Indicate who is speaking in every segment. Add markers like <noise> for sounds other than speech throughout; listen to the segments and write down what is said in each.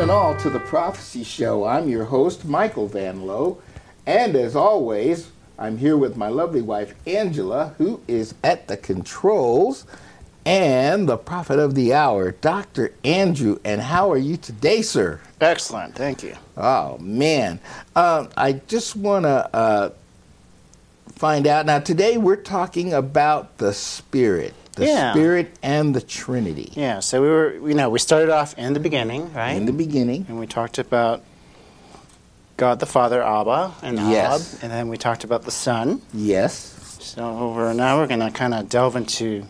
Speaker 1: and all to the Prophecy Show. I'm your host, Michael Van Lowe. And as always, I'm here with my lovely wife, Angela, who is at the controls, and the prophet of the hour, Dr. Andrew. And how are you today, sir?
Speaker 2: Excellent, thank you.
Speaker 1: Oh, man. Um, I just want to uh, find out. Now, today we're talking about the Spirit, the
Speaker 2: Yeah.
Speaker 1: Spirit and the Trinity.
Speaker 2: Yeah, so we were, you know, we started off in the beginning, right?
Speaker 1: In the beginning,
Speaker 2: and we talked about God the Father, Abba, and
Speaker 1: Yes.
Speaker 2: Ab, and then we talked about the Son.
Speaker 1: yes.
Speaker 2: So we're, now we're going to kind of delve into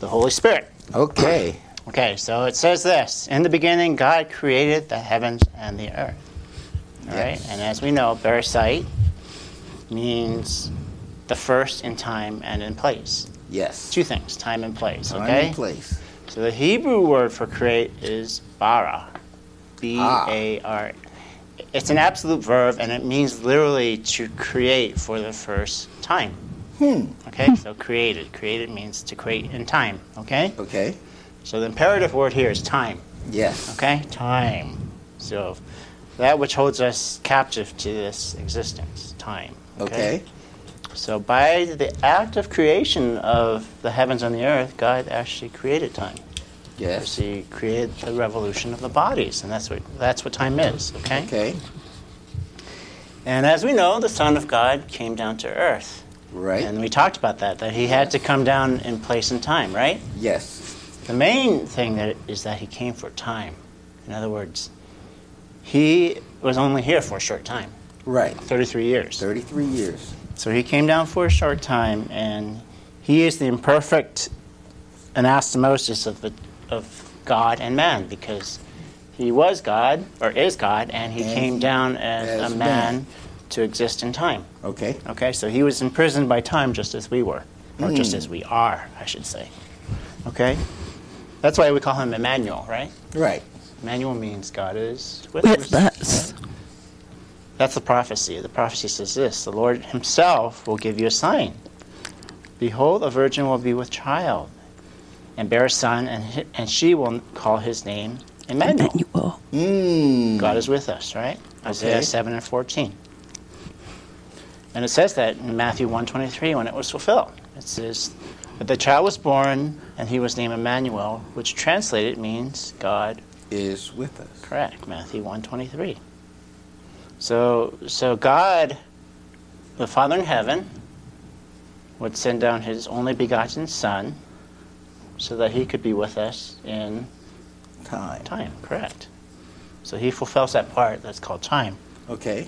Speaker 2: the Holy Spirit.
Speaker 1: Okay.
Speaker 2: Okay, so it says this In the beginning, God created the heavens and the earth. All right,
Speaker 1: Yes.
Speaker 2: and as we know, Beresite means the first in time and in place.
Speaker 1: Yes.
Speaker 2: Two things time and place,
Speaker 1: Time
Speaker 2: okay?
Speaker 1: and place.
Speaker 2: So the Hebrew word for create is bara. B A R. It's an absolute verb and it means literally to create for the first time.
Speaker 1: Hmm,
Speaker 2: Okay, so created. Created means to create in time. Okay?
Speaker 1: Okay.
Speaker 2: So the imperative word here is time.
Speaker 1: Yes.
Speaker 2: Okay? Time. So that which holds us captive to this existence, time.
Speaker 1: Okay.
Speaker 2: So by the act of creation of the heavens and the earth, God actually created time.
Speaker 1: Yes.
Speaker 2: So you created the revolution of the bodies, and that's what that's what time is. Okay.
Speaker 1: Okay.
Speaker 2: And as we know, the Son of God came down to earth, and
Speaker 1: Right.
Speaker 2: we talked about that that he had to come down in place and time, right?
Speaker 1: Yes.
Speaker 2: The main thing that is that he came for time. In other words, he was only here for a short time,
Speaker 1: Right.
Speaker 2: 33 years.
Speaker 1: 33 years.
Speaker 2: So he came down for a short time, and he is the imperfect anastomosis of, the, of God and man because he was God or is God, and he
Speaker 1: And
Speaker 2: came down as,
Speaker 1: as
Speaker 2: a man,
Speaker 1: man.
Speaker 2: to exist in time.
Speaker 1: Okay.
Speaker 2: Okay, so he was imprisoned by time just as we were, or just as we are, I should say. Okay, that's why we call him Emmanuel, right?
Speaker 1: Right.
Speaker 2: Emmanuel means God is with,
Speaker 3: With
Speaker 2: us.
Speaker 3: us.
Speaker 2: That's the prophecy. The prophecy says this The Lord Himself will give you a sign. Behold, a virgin will be with child and bear a son, and, hi- and she will call his name Emmanuel.
Speaker 3: Emmanuel.
Speaker 1: Mm.
Speaker 2: God is with us, right? Isaiah
Speaker 1: Okay.
Speaker 2: 7 and 14. And it says that in Matthew 123 when it was fulfilled. It says, But the child was born, and he was named Emmanuel, which translated means God
Speaker 1: Is with us.
Speaker 2: Correct, Matthew one twenty three. So so God, the Father in heaven, would send down his only begotten Son so that he could be with us in
Speaker 1: Time.
Speaker 2: time, correct. So he fulfills that part that's called time.
Speaker 1: Okay.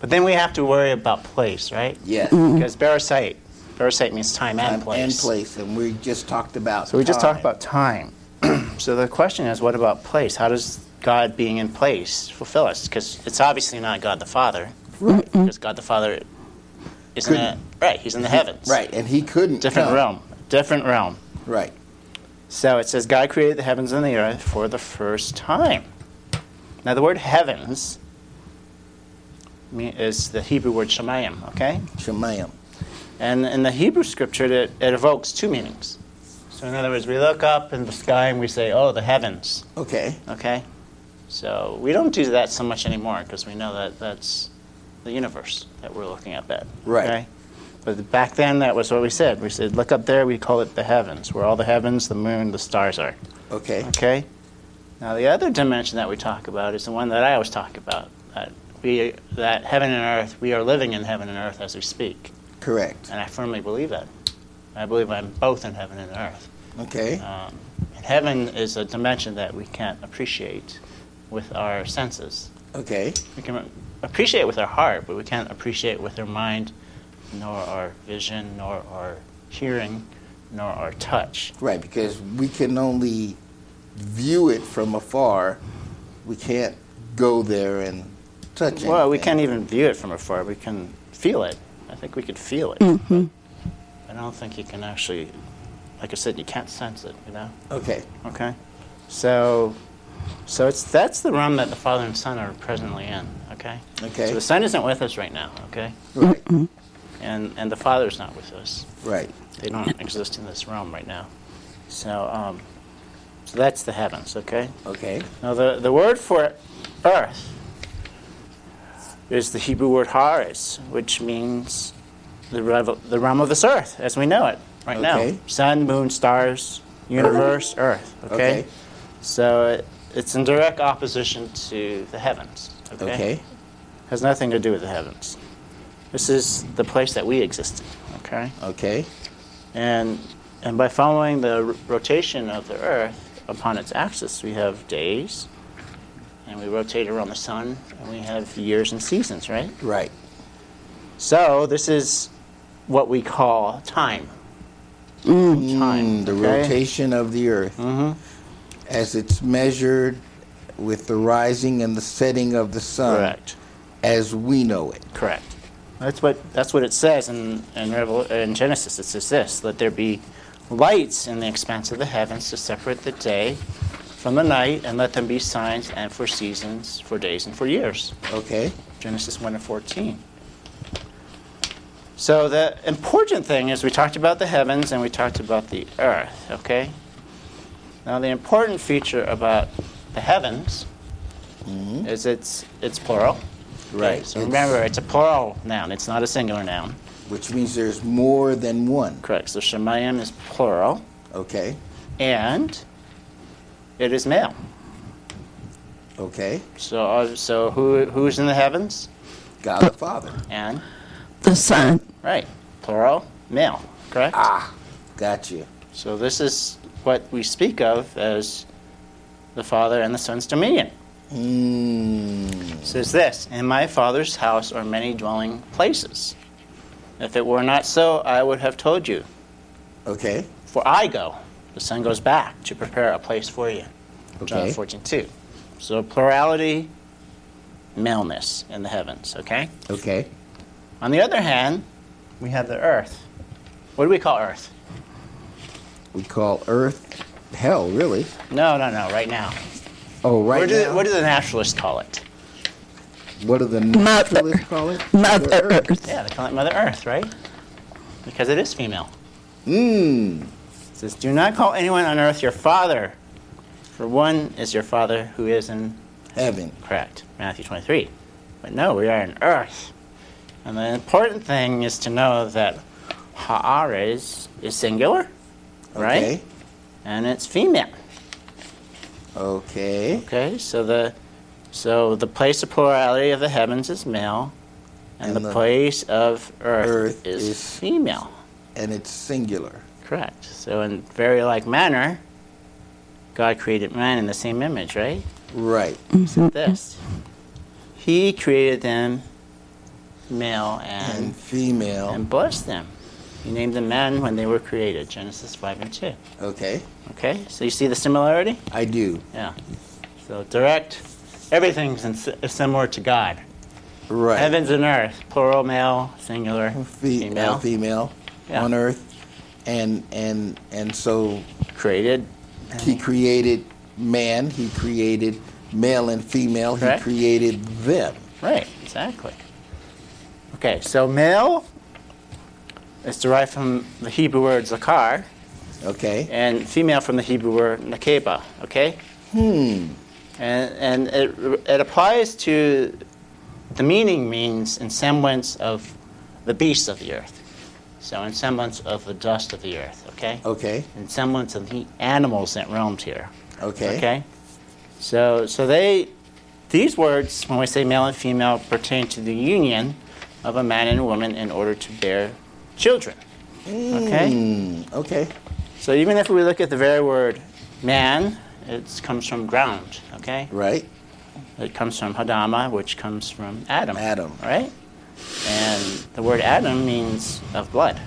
Speaker 2: But then we have to worry about place, right?
Speaker 1: Yes.
Speaker 2: Because Barasite. Barasite means Mm-hmm. time and
Speaker 1: Time
Speaker 2: place.
Speaker 1: And place. And we just talked about.
Speaker 2: So we just
Speaker 1: time.
Speaker 2: talked about time. <clears throat> so the question is, what about place? How does God being in place fulfill us? Because it's obviously not God the Father. Right. Because God the Father is in the,
Speaker 1: Couldn't.
Speaker 2: right. He's in the heavens.
Speaker 1: Right. And he couldn't.
Speaker 2: Different
Speaker 1: come.
Speaker 2: realm. Different realm.
Speaker 1: Right.
Speaker 2: So it says God created the heavens and the earth for the first time. Now the word heavens me- is the Hebrew word shemayim. Okay.
Speaker 1: Shemayim.
Speaker 2: And in the Hebrew scripture, it, it evokes two meanings. So, in other words, we look up in the sky and we say, oh, the heavens,
Speaker 1: Okay.
Speaker 2: okay? So, we don't do that so much anymore because we know that that's the universe that we're looking up at.
Speaker 1: Right.
Speaker 2: okay? But back then, that was what we said. We said, look up there, we call it the heavens, where all the heavens, the moon, the stars are,
Speaker 1: Okay.
Speaker 2: okay? Now, the other dimension that we talk about is the one that I always talk about that, we, that heaven and earth, we are living in heaven and earth as we speak.
Speaker 1: Correct.
Speaker 2: And I firmly believe that. I believe I'm both in heaven and earth.
Speaker 1: Okay.
Speaker 2: Um, and heaven is a dimension that we can't appreciate with our senses.
Speaker 1: Okay.
Speaker 2: We can appreciate with our heart, but we can't appreciate with our mind, nor our vision, nor our hearing, nor our touch.
Speaker 1: Right. Because we can only view it from afar. We can't go there and touch it.
Speaker 2: Well, we can't even view it from afar. We can feel it. I think we could feel it. I don't think you can actually, like I said, you can't sense it, you know?
Speaker 1: Okay.
Speaker 2: Okay. So, so it's that's the realm that the Father and Son are presently in. Okay.
Speaker 1: Okay.
Speaker 2: So the Son isn't with us right now. Okay.
Speaker 1: Right.
Speaker 2: And and the Father's not with us.
Speaker 1: Right.
Speaker 2: They don't exist in this realm right now. So um, So that's the heavens, okay?
Speaker 1: Okay.
Speaker 2: Now, the, the word for earth is the Hebrew word haaretz, which means the, revel- the realm of this earth as we know it right
Speaker 1: Okay.
Speaker 2: now. Sun, moon, stars, universe, earth, okay?
Speaker 1: Okay.
Speaker 2: So it, it's in direct opposition to the heavens, okay?
Speaker 1: Okay.
Speaker 2: Has nothing to do with the heavens. This is the place that we exist in, okay?
Speaker 1: Okay.
Speaker 2: And, and by following the r- rotation of the Earth upon its axis, we have days, and we rotate around the sun, and we have years and seasons, right?
Speaker 1: Right.
Speaker 2: So this is what we call time. time.
Speaker 1: Mm, The
Speaker 2: okay? Mm-hmm.
Speaker 1: rotation of the earth as it's measured with the rising and the setting of the sun
Speaker 2: Correct.
Speaker 1: as we know it.
Speaker 2: Correct. That's what that's what it says in in, Revel- in Genesis. It says this: "Let there be lights in the expanse of the heavens to separate the day from the night, and let them be signs and for seasons, for days and for years."
Speaker 1: Okay.
Speaker 2: Genesis 1 and 14. So the important thing is we talked about the heavens and we talked about the earth, okay? Now the important feature about the heavens is it's it's plural.
Speaker 1: Right.
Speaker 2: So remember it's a plural noun, it's not a singular noun.
Speaker 1: Which means there's more than one.
Speaker 2: Correct. So Shemayim is plural
Speaker 1: Okay.
Speaker 2: and it is male.
Speaker 1: Okay.
Speaker 2: So uh, so who who's in the heavens?
Speaker 1: God the Father.
Speaker 2: And
Speaker 3: The sun.
Speaker 2: right, plural, male, correct?
Speaker 1: Ah, gotcha.
Speaker 2: So this is what we speak of as the Father and the Son's dominion.
Speaker 1: Mm,
Speaker 2: It says this, in my Father's house are many dwelling places. If it were not so, I would have told you.
Speaker 1: okay.
Speaker 2: For I go, the Son goes back to prepare a place for you. John
Speaker 1: Okay.
Speaker 2: 14, 2. So plurality, maleness in the heavens, okay?
Speaker 1: Okay.
Speaker 2: On the other hand, we have the earth. What do we call earth?
Speaker 1: We call earth hell, really.
Speaker 2: No, no, no, right now.
Speaker 1: Oh, right
Speaker 2: What do,
Speaker 1: now.
Speaker 2: what do the naturalists call it?
Speaker 1: what do the naturalists call it?
Speaker 3: Mother Earth.
Speaker 2: Yeah, they call it Mother Earth, right? Because it is female.
Speaker 1: Mmm.
Speaker 2: It says, Do not call anyone on earth your father, for one is your father who is in.
Speaker 1: Heaven.
Speaker 2: Correct. Matthew 23. But no, we are in earth. And the important thing is to know that Haares is singular, right?
Speaker 1: Okay.
Speaker 2: And it's female.
Speaker 1: Okay.
Speaker 2: Okay, so the so the place of plurality of the heavens is male, and,
Speaker 1: And
Speaker 2: the,
Speaker 1: the
Speaker 2: place of earth,
Speaker 1: earth
Speaker 2: is,
Speaker 1: is-
Speaker 2: female.
Speaker 1: And it's singular.
Speaker 2: Correct. So in very like manner, God created man in the same image, right?
Speaker 1: Right.
Speaker 3: Mm-hmm.
Speaker 2: This. He created them male and,
Speaker 1: And
Speaker 2: and,
Speaker 1: female.
Speaker 2: blessed them. He named them man when they were created, Genesis 5 and 2.
Speaker 1: okay.
Speaker 2: Okay? So you see the similarity?
Speaker 1: I do.
Speaker 2: Yeah. So direct, everything's in, is similar to God.
Speaker 1: Right.
Speaker 2: Heavens and earth, plural, male, singular,
Speaker 1: Fe- female.
Speaker 2: female,
Speaker 1: Female.
Speaker 2: Yeah.
Speaker 1: On earth. And and and so
Speaker 2: created.
Speaker 1: he created man. He created male and female.
Speaker 2: Correct.
Speaker 1: He created them.
Speaker 2: Right, exactly. Okay, so male is derived from the Hebrew word zakar,
Speaker 1: Okay.
Speaker 2: and female from the Hebrew word nakeba, okay? Hmm. And, and it, it applies to, the meaning means in semblance of the beasts of the earth. So in semblance of the dust of the earth, okay?
Speaker 1: Okay.
Speaker 2: In semblance of the animals that roamed here.
Speaker 1: Okay.
Speaker 2: Okay. So so they these words when we say male and female pertain to the union of a man and a woman in order to bear children. Okay?
Speaker 1: Mm, okay.
Speaker 2: So even if we look at the very word man, it comes from ground, okay?
Speaker 1: Right.
Speaker 2: It comes from Hadama, which comes from Adam.
Speaker 1: Adam.
Speaker 2: Right? And the word Adam means of blood.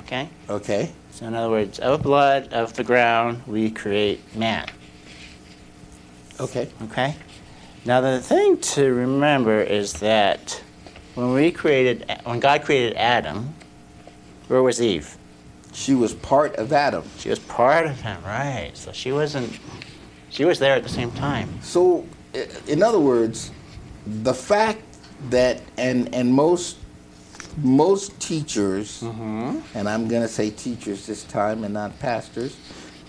Speaker 2: Okay?
Speaker 1: Okay.
Speaker 2: So in other words, of blood, of the ground, we create man.
Speaker 1: Okay.
Speaker 2: Okay? Now, the thing to remember is that when we created, when God created Adam, where was Eve?
Speaker 1: She was part of Adam.
Speaker 2: She was part of him, right? So she wasn't, she was there at the same time.
Speaker 1: So, i- in other words, the fact that and and most
Speaker 2: Mm-hmm.
Speaker 1: most teachers, and I'm going to say teachers this time and not pastors,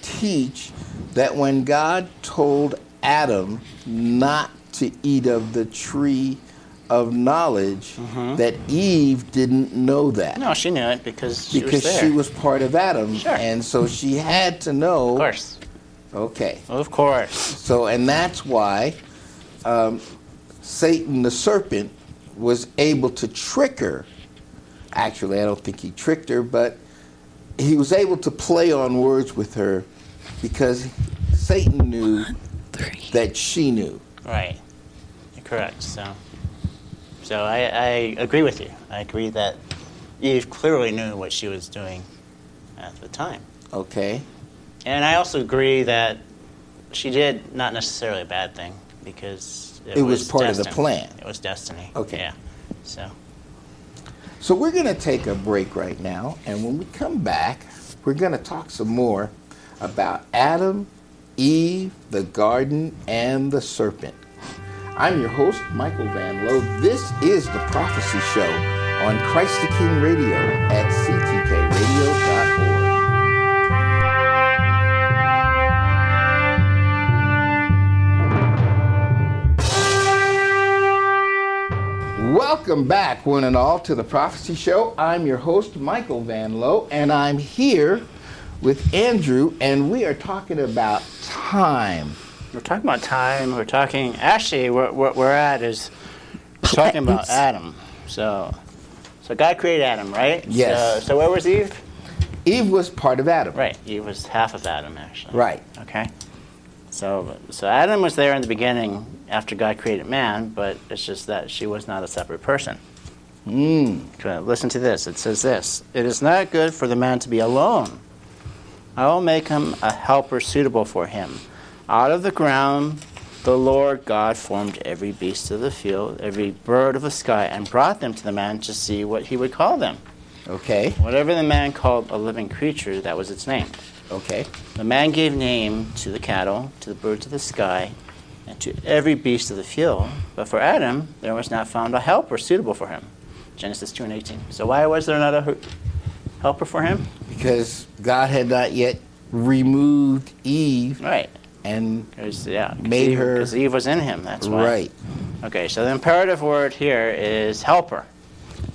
Speaker 1: teach that when God told Adam not to eat of the tree of knowledge, that Eve didn't know that
Speaker 2: Mm-hmm. No, she knew it because she
Speaker 1: because
Speaker 2: was there.
Speaker 1: she was part of Adam,
Speaker 2: Sure.
Speaker 1: and so she had to know.
Speaker 2: of course.
Speaker 1: Okay.
Speaker 2: Of course.
Speaker 1: So, and that's why um, Satan, the serpent, was able to trick her. Actually, I don't think he tricked her, but he was able to play on words with her because Satan knew
Speaker 3: three.
Speaker 1: that she knew.
Speaker 2: Right. You're correct. So, so I, I agree with you. I agree that Eve clearly knew what she was doing at the time.
Speaker 1: Okay.
Speaker 2: And I also agree that she did not necessarily a bad thing because it,
Speaker 1: It was part of the
Speaker 2: destined.
Speaker 1: plan.
Speaker 2: It was destiny.
Speaker 1: Okay.
Speaker 2: Yeah. So,
Speaker 1: So we're going to take a break right now, and when we come back, we're going to talk some more about Adam, Eve, the garden, and the serpent. I'm your host, Michael Van Lowe. This is the Prophecy Show on Christ the King Radio at ctkradio.org. Welcome back, one and all, to the Prophecy Show. I'm your host, Michael Van Lowe, and I'm here with Andrew, and we are talking about time.
Speaker 2: we're talking about time. We're talking. Actually, what what we're at is we're talking about
Speaker 3: Plans.
Speaker 2: Adam. So, so God created Adam, right?
Speaker 1: Yes.
Speaker 2: So, so where was Eve?
Speaker 1: Eve was part of Adam.
Speaker 2: Right. Eve was half of Adam, actually.
Speaker 1: Right.
Speaker 2: Okay. So, so Adam was there in the beginning after God created man, but it's just that she was not a separate person.
Speaker 1: Mm,
Speaker 2: Okay, Listen to this. It says this It is not good for the man to be alone. I will make him a helper suitable for him. Out of the ground, the Lord God formed every beast of the field, every bird of the sky, and brought them to the man to see what he would call them.
Speaker 1: Okay.
Speaker 2: Whatever the man called a living creature, that was its name.
Speaker 1: Okay.
Speaker 2: The man gave name to the cattle, to the birds of the sky, and to every beast of the field. But for Adam, there was not found a helper suitable for him. Genesis 2 and 18. So why was there not a her- helper for him?
Speaker 1: Because God had not yet removed Eve
Speaker 2: Right.
Speaker 1: and
Speaker 2: 'Cause, yeah. 'cause
Speaker 1: Made
Speaker 2: Eve,
Speaker 1: her-
Speaker 2: Because Eve was in him. That's why.
Speaker 1: right.
Speaker 2: Okay, so the imperative word here is helper.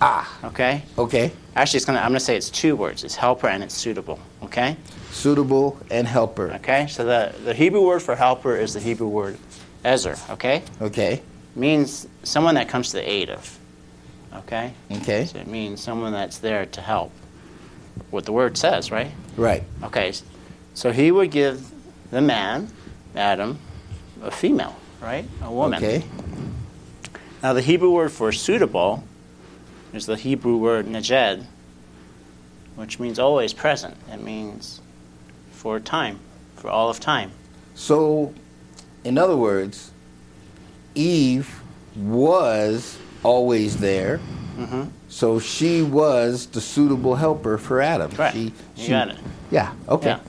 Speaker 1: Ah.
Speaker 2: Okay?
Speaker 1: Okay.
Speaker 2: Actually, it's gonna, I'm going to say it's two words. It's helper and it's suitable. Okay?
Speaker 1: Suitable and helper.
Speaker 2: Okay? So the, the Hebrew word for helper is the Hebrew word ezer. Okay?
Speaker 1: Okay.
Speaker 2: means someone that comes to the aid of. Okay?
Speaker 1: Okay.
Speaker 2: So it means someone that's there to help. What the word says, right?
Speaker 1: Right.
Speaker 2: Okay. s- So he would give the man, Adam, a female, right? A woman.
Speaker 1: Okay.
Speaker 2: Now the Hebrew word for suitable is the Hebrew word najed, which means always present. It means for time, for all of time.
Speaker 1: So, in other words, Eve was always there. Mm-hmm. So she was the suitable helper for Adam.
Speaker 2: Correct.
Speaker 1: She,
Speaker 2: You
Speaker 1: she-
Speaker 2: got it.
Speaker 1: Yeah. Okay.
Speaker 2: Yeah.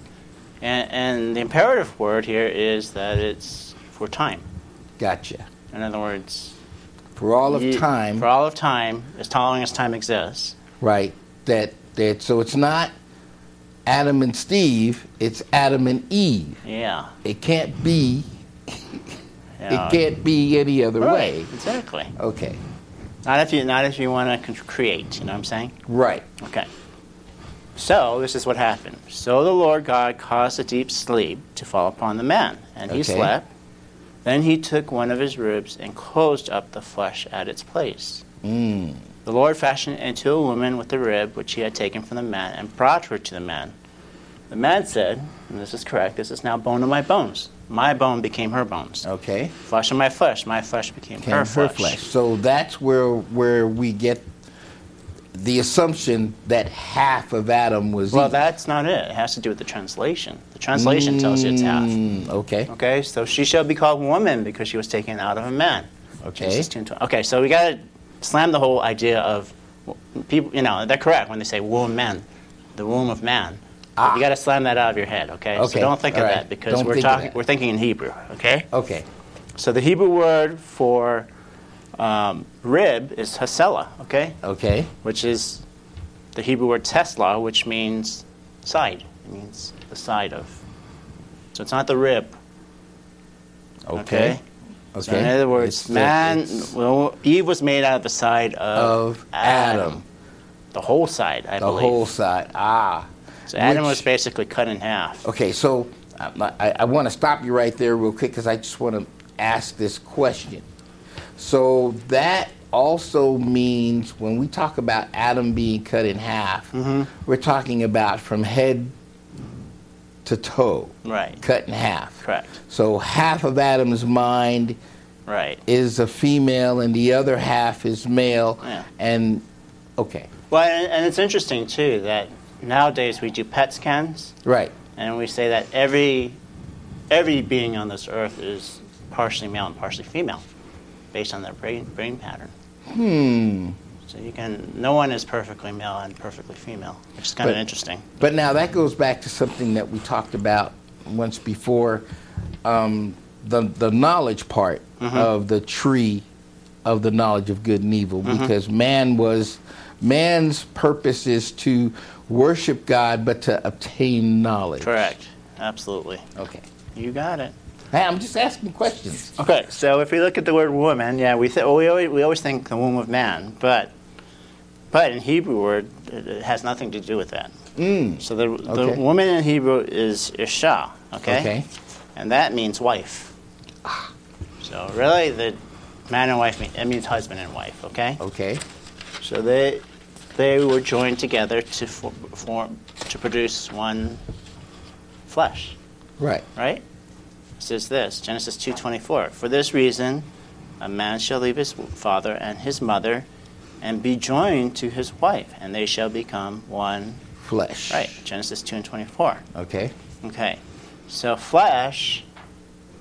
Speaker 2: And, and the imperative word here is that it's for time.
Speaker 1: Gotcha.
Speaker 2: In other words,
Speaker 1: For all of
Speaker 2: you-
Speaker 1: time,
Speaker 2: For all of time, as long as time exists.
Speaker 1: right? That that. So it's not Adam and Steve. It's Adam and Eve.
Speaker 2: Yeah.
Speaker 1: It can't be.
Speaker 2: yeah.
Speaker 1: It can't be any other
Speaker 2: Right,
Speaker 1: way.
Speaker 2: Exactly.
Speaker 1: Okay.
Speaker 2: Not if you not if you want to create. You know what I'm saying?
Speaker 1: Right.
Speaker 2: Okay. So this is what happened. So the Lord God caused a deep sleep to fall upon the man, and he
Speaker 1: Okay.
Speaker 2: slept. Then he took one of his ribs and closed up the flesh at its place.
Speaker 1: Mm.
Speaker 2: The Lord fashioned into a woman with the rib which he had taken from the man and brought her to the man. The man said, and this is correct, this is now bone of my bones. My bone became her bones.
Speaker 1: Okay.
Speaker 2: Flesh of my flesh, my flesh became
Speaker 1: Came
Speaker 2: her, flesh.
Speaker 1: So that's where where we get the assumption that half of Adam was
Speaker 2: Well,
Speaker 1: Eve.
Speaker 2: that's not it. It has to do with the translation. The translation tells you it's half.
Speaker 1: Mm, okay.
Speaker 2: Okay, so she shall be called woman because she was taken out of a man.
Speaker 1: Okay.
Speaker 2: Genesis 2 and 12. Okay, so we got to slam the whole idea of w- people, you know, they're correct when they say woman, the womb of man.
Speaker 1: Ah.
Speaker 2: You got to slam that out of your head, okay? So
Speaker 1: Okay,
Speaker 2: don't think of
Speaker 1: all right.
Speaker 2: that because
Speaker 1: Don't
Speaker 2: we're
Speaker 1: think of
Speaker 2: talking
Speaker 1: that. Oh.
Speaker 2: we're thinking in Hebrew, okay?
Speaker 1: Okay.
Speaker 2: So the Hebrew word for um, rib is hasela, okay?
Speaker 1: Okay.
Speaker 2: Which is the Hebrew word tesla, which means side. It means the side of So it's not the rib.
Speaker 1: Okay.
Speaker 2: So in other words,
Speaker 1: It's the-
Speaker 2: man,
Speaker 1: it's
Speaker 2: well, Eve was made out of the side of,
Speaker 1: of Adam,
Speaker 2: the whole side, I
Speaker 1: the
Speaker 2: believe.
Speaker 1: whole side. Ah.
Speaker 2: so Adam
Speaker 1: which-
Speaker 2: was basically cut in half.
Speaker 1: Okay, so I, I, I want to stop you right there real quick because I just want to ask this question. So that also means when we talk about Adam being cut in half,
Speaker 2: Mm-hmm.
Speaker 1: we're talking about from head to toe,
Speaker 2: Right.
Speaker 1: cut in half.
Speaker 2: Correct.
Speaker 1: So half of Adam's mind
Speaker 2: Right.
Speaker 1: is a female, and the other half is male.
Speaker 2: Yeah.
Speaker 1: And okay,
Speaker 2: Well, and, and it's interesting too that nowadays we do PET scans,
Speaker 1: right,
Speaker 2: and we say that every every being on this earth is partially male and partially female, based on their brain brain pattern. Hmm. So you can no one is perfectly male and perfectly female, which is kind of
Speaker 1: But-
Speaker 2: interesting.
Speaker 1: but now that goes back to something that we talked about once before, um, the the knowledge part
Speaker 2: Mm-hmm.
Speaker 1: of the tree of the knowledge of good and evil,
Speaker 2: Mm-hmm.
Speaker 1: because man was man's purpose is to worship God, but to obtain knowledge.
Speaker 2: Correct. Absolutely.
Speaker 1: Okay.
Speaker 2: You got it.
Speaker 1: Hey, I'm just asking questions.
Speaker 2: Okay, so if we look at the word woman, yeah, we, th- well, we, always, we always think the womb of man, but but in Hebrew word, it, it has nothing to do with that. Mm, so the, the
Speaker 1: okay.
Speaker 2: woman in Hebrew is Isha, okay?
Speaker 1: Okay.
Speaker 2: And that means wife. So really, the man and wife, mean, it means husband and wife, okay?
Speaker 1: Okay.
Speaker 2: So they, they were joined together to, for, form, to produce one flesh
Speaker 1: Right.
Speaker 2: right? It says this, Genesis 2:24. For this reason, a man shall leave his father and his mother and be joined to his wife, and they shall become one,
Speaker 1: Flesh.
Speaker 2: right? Genesis 2 and 24.
Speaker 1: Okay.
Speaker 2: Okay. So flesh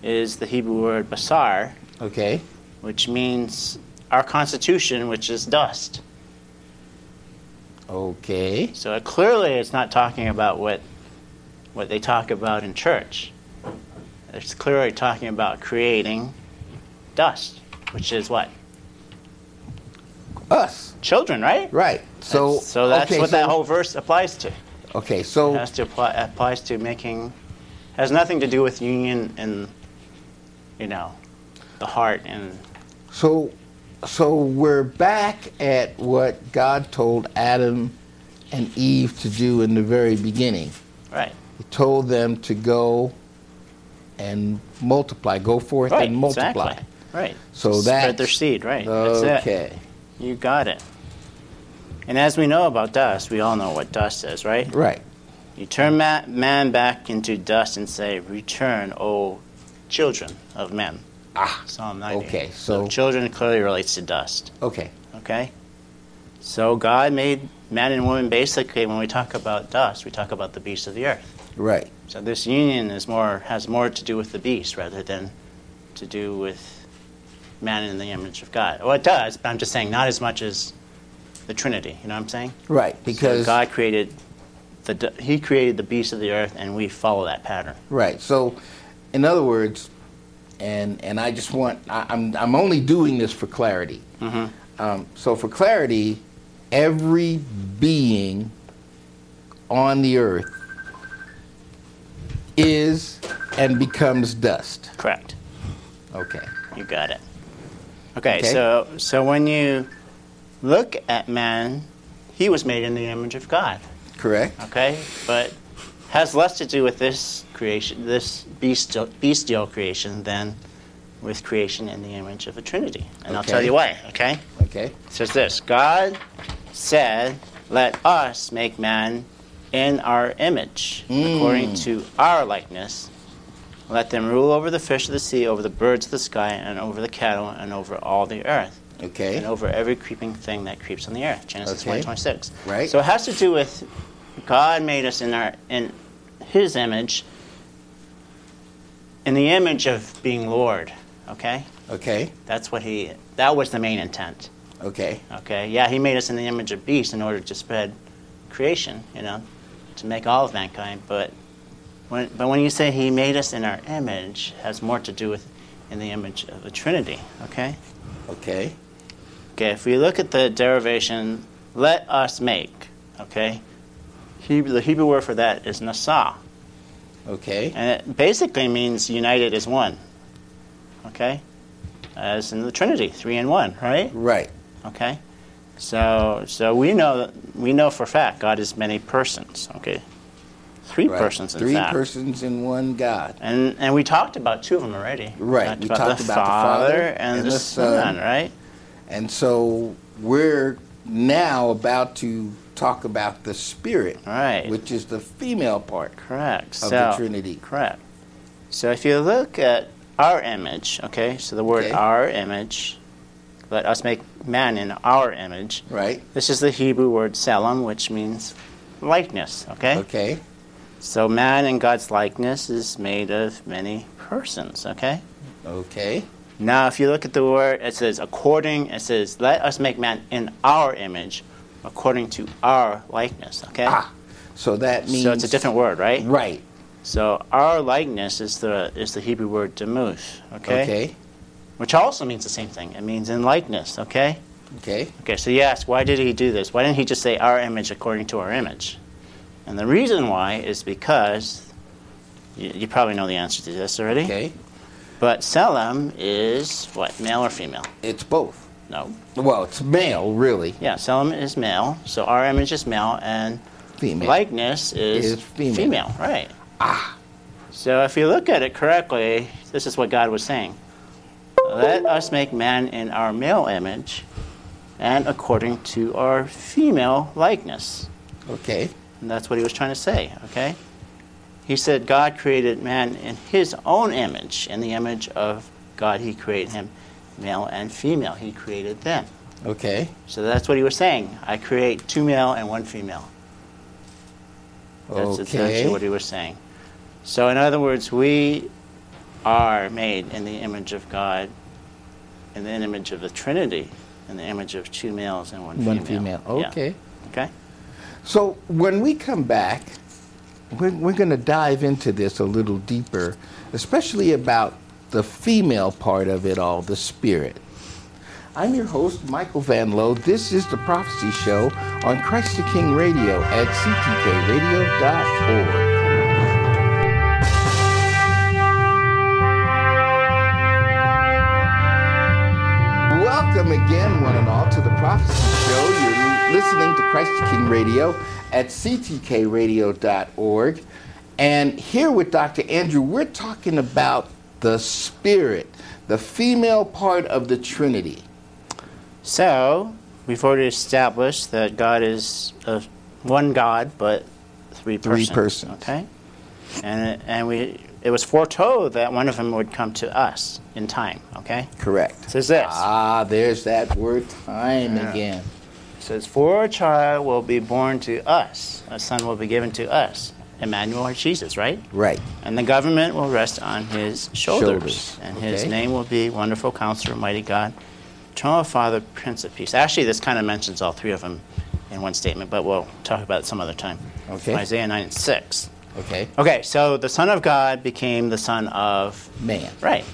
Speaker 2: is the Hebrew word basar,
Speaker 1: Okay.
Speaker 2: which means our constitution, which is dust.
Speaker 1: Okay.
Speaker 2: So it clearly it's not talking about what what they talk about in church. It's clearly talking about creating dust, which is what?
Speaker 1: Us.
Speaker 2: Children, right?
Speaker 1: Right. So
Speaker 2: That's- so that's
Speaker 1: okay,
Speaker 2: what that
Speaker 1: so-
Speaker 2: whole verse applies to. It
Speaker 1: Okay, so
Speaker 2: has to apply applies to making has nothing to do with union and you know the heart and
Speaker 1: so so we're back at what God told Adam and Eve to do in the very beginning.
Speaker 2: right.
Speaker 1: He told them to go and multiply, go forth
Speaker 2: Right.
Speaker 1: and multiply.
Speaker 2: Exactly. Right.
Speaker 1: So
Speaker 2: spread their
Speaker 1: that's-
Speaker 2: seed, right. That's it.
Speaker 1: Okay.
Speaker 2: You got it. And as we know about dust, we all know what dust is, right?
Speaker 1: Right.
Speaker 2: You turn ma- man back into dust and say, Return, O children of men.
Speaker 1: Ah,
Speaker 2: Psalm 90.
Speaker 1: Okay, so-
Speaker 2: children clearly relates to dust,
Speaker 1: okay.
Speaker 2: okay? So God made man and woman basically, when we talk about dust, we talk about the beast of the earth.
Speaker 1: Right.
Speaker 2: So this union is more, has more to do with the beast rather than to do with man in the image of God. Well, it does, but I'm just saying not as much as the Trinity, you know what I'm saying?
Speaker 1: Right. Because
Speaker 2: so God created the d- He created the beast of the earth, and we follow that pattern.
Speaker 1: Right. So, in other words, and and I just want I, I'm I'm only doing this for clarity.
Speaker 2: Mm-hmm.
Speaker 1: Um, so for clarity, every being on the earth is and becomes dust.
Speaker 2: Correct.
Speaker 1: Okay.
Speaker 2: You got it. Okay,
Speaker 1: Okay.
Speaker 2: So so when you look at man, he was made in the image of God.
Speaker 1: Correct.
Speaker 2: Okay, but has less to do with this creation, this bestial, bestial creation, than with creation in the image of a Trinity. And I'll
Speaker 1: Okay.
Speaker 2: tell you why. Okay.
Speaker 1: Okay.
Speaker 2: It says this God said, Let us make man in our image,
Speaker 1: Hmm.
Speaker 2: according to our likeness. Let them rule over the fish of the sea, over the birds of the sky, and over the cattle, and over all the earth, and
Speaker 1: Okay.
Speaker 2: over every creeping thing that creeps on the earth. Genesis
Speaker 1: Eh? Okay.
Speaker 2: 1:26.
Speaker 1: Right.
Speaker 2: So it has to do with God made us in, our, in his image, in the image of being Lord. Okay?
Speaker 1: Okay.
Speaker 2: That's what he, that was the main intent.
Speaker 1: Okay.
Speaker 2: Okay, yeah, he made us in the image of beast in order to spread creation, you know, to make all of mankind. But when, but when you say he made us in our image, it has more to do with in the image of the Trinity. Okay,
Speaker 1: Okay.
Speaker 2: okay. If we look at the derivation, let us make. Okay, Hebrew, the Hebrew word for that is nasa,
Speaker 1: Okay.
Speaker 2: And it basically means united as one. Okay? As in the Trinity, three in one, right?
Speaker 1: Right.
Speaker 2: Okay? So so we know we know for a fact God is many persons, okay? Three
Speaker 1: right.
Speaker 2: persons in
Speaker 1: Three
Speaker 2: fact.
Speaker 1: persons in one God.
Speaker 2: and and we talked about two of them already.
Speaker 1: Right,
Speaker 2: We talked,
Speaker 1: we
Speaker 2: about,
Speaker 1: talked
Speaker 2: the,
Speaker 1: about the
Speaker 2: Father
Speaker 1: Father
Speaker 2: and,
Speaker 1: and uh,
Speaker 2: the
Speaker 1: the
Speaker 2: Son,
Speaker 1: Son.
Speaker 2: right?
Speaker 1: And so we're now about to talk about the Spirit,
Speaker 2: Right.
Speaker 1: which is the female part
Speaker 2: Correct.
Speaker 1: of
Speaker 2: so
Speaker 1: the Trinity.
Speaker 2: Correct. So if you look at our image, okay, so the word
Speaker 1: Okay.
Speaker 2: our image, let us make man in our image.
Speaker 1: Right.
Speaker 2: This is the Hebrew word selam, which means likeness, okay?
Speaker 1: Okay.
Speaker 2: So man in God's likeness is made of many persons, okay?
Speaker 1: Okay.
Speaker 2: Now, if you look at the word, it says according, it says, let us make man in our image, according to our likeness, okay?
Speaker 1: Ah. So that means
Speaker 2: so it's a different word, right?
Speaker 1: Right.
Speaker 2: So our likeness is the is the Hebrew word demuth, okay?
Speaker 1: Okay.
Speaker 2: Which also means the same thing. It means in likeness, okay?
Speaker 1: Okay.
Speaker 2: Okay, so you ask, why did he do this? Why didn't he just say our image according to our image? And the reason why is because you, you probably know the answer to this already.
Speaker 1: Okay.
Speaker 2: But Selam is what, male or female?
Speaker 1: It's both.
Speaker 2: No.
Speaker 1: Well, it's male, really.
Speaker 2: Yeah, Selam is male, so our image is male, and
Speaker 1: Female.
Speaker 2: likeness is,
Speaker 1: Is female.
Speaker 2: right? Ah. So if you look at it correctly, this is what God was saying. Let us make man in our male image and according to our female likeness.
Speaker 1: Okay.
Speaker 2: And that's what he was trying to say, okay? He said God created man in his own image. In the image of God, he created him, male and female. He created them.
Speaker 1: Okay.
Speaker 2: So that's what he was saying. I create two male and one female. That's essentially what
Speaker 1: Okay.
Speaker 2: he was saying. So, in other words, we are made in the image of God, in the image of the Trinity, in the image of two males and one,
Speaker 1: One female.
Speaker 2: Yeah.
Speaker 1: Okay.
Speaker 2: Okay.
Speaker 1: So when we come back, we're, we're going to dive into this a little deeper, especially about the female part of it all, the spirit. I'm your host, Michael Van Lowe. This is the Prophecy Show on Christ the King Radio at ctkradio.org. Welcome again, one and all, to the Prophecy Show. You're listening to Christ the King Radio at ctkradio.org. And here with Dr. Andrew, we're talking about the spirit, the female part of the Trinity.
Speaker 2: So, we've already established that God is of one God, but three
Speaker 1: Three
Speaker 2: persons.
Speaker 1: persons.
Speaker 2: Okay. And and we it was foretold that one of them would come to us in time. Okay.
Speaker 1: Correct.
Speaker 2: So it's this.
Speaker 1: Ah, there's that word time again.
Speaker 2: It says, For a child will be born to us, a son will be given to us. Emmanuel or Jesus, right?
Speaker 1: Right.
Speaker 2: And the government will rest on his shoulders.
Speaker 1: Shoulders,
Speaker 2: And his
Speaker 1: okay.
Speaker 2: name will be Wonderful Counselor, Mighty God, Eternal Father, Prince of Peace. Actually, this kind of mentions all three of them in one statement, but we'll talk about it some other time.
Speaker 1: Okay.
Speaker 2: Isaiah 9 and 6.
Speaker 1: Okay.
Speaker 2: Okay, so the Son of God became the Son of.
Speaker 1: Man.
Speaker 2: Right.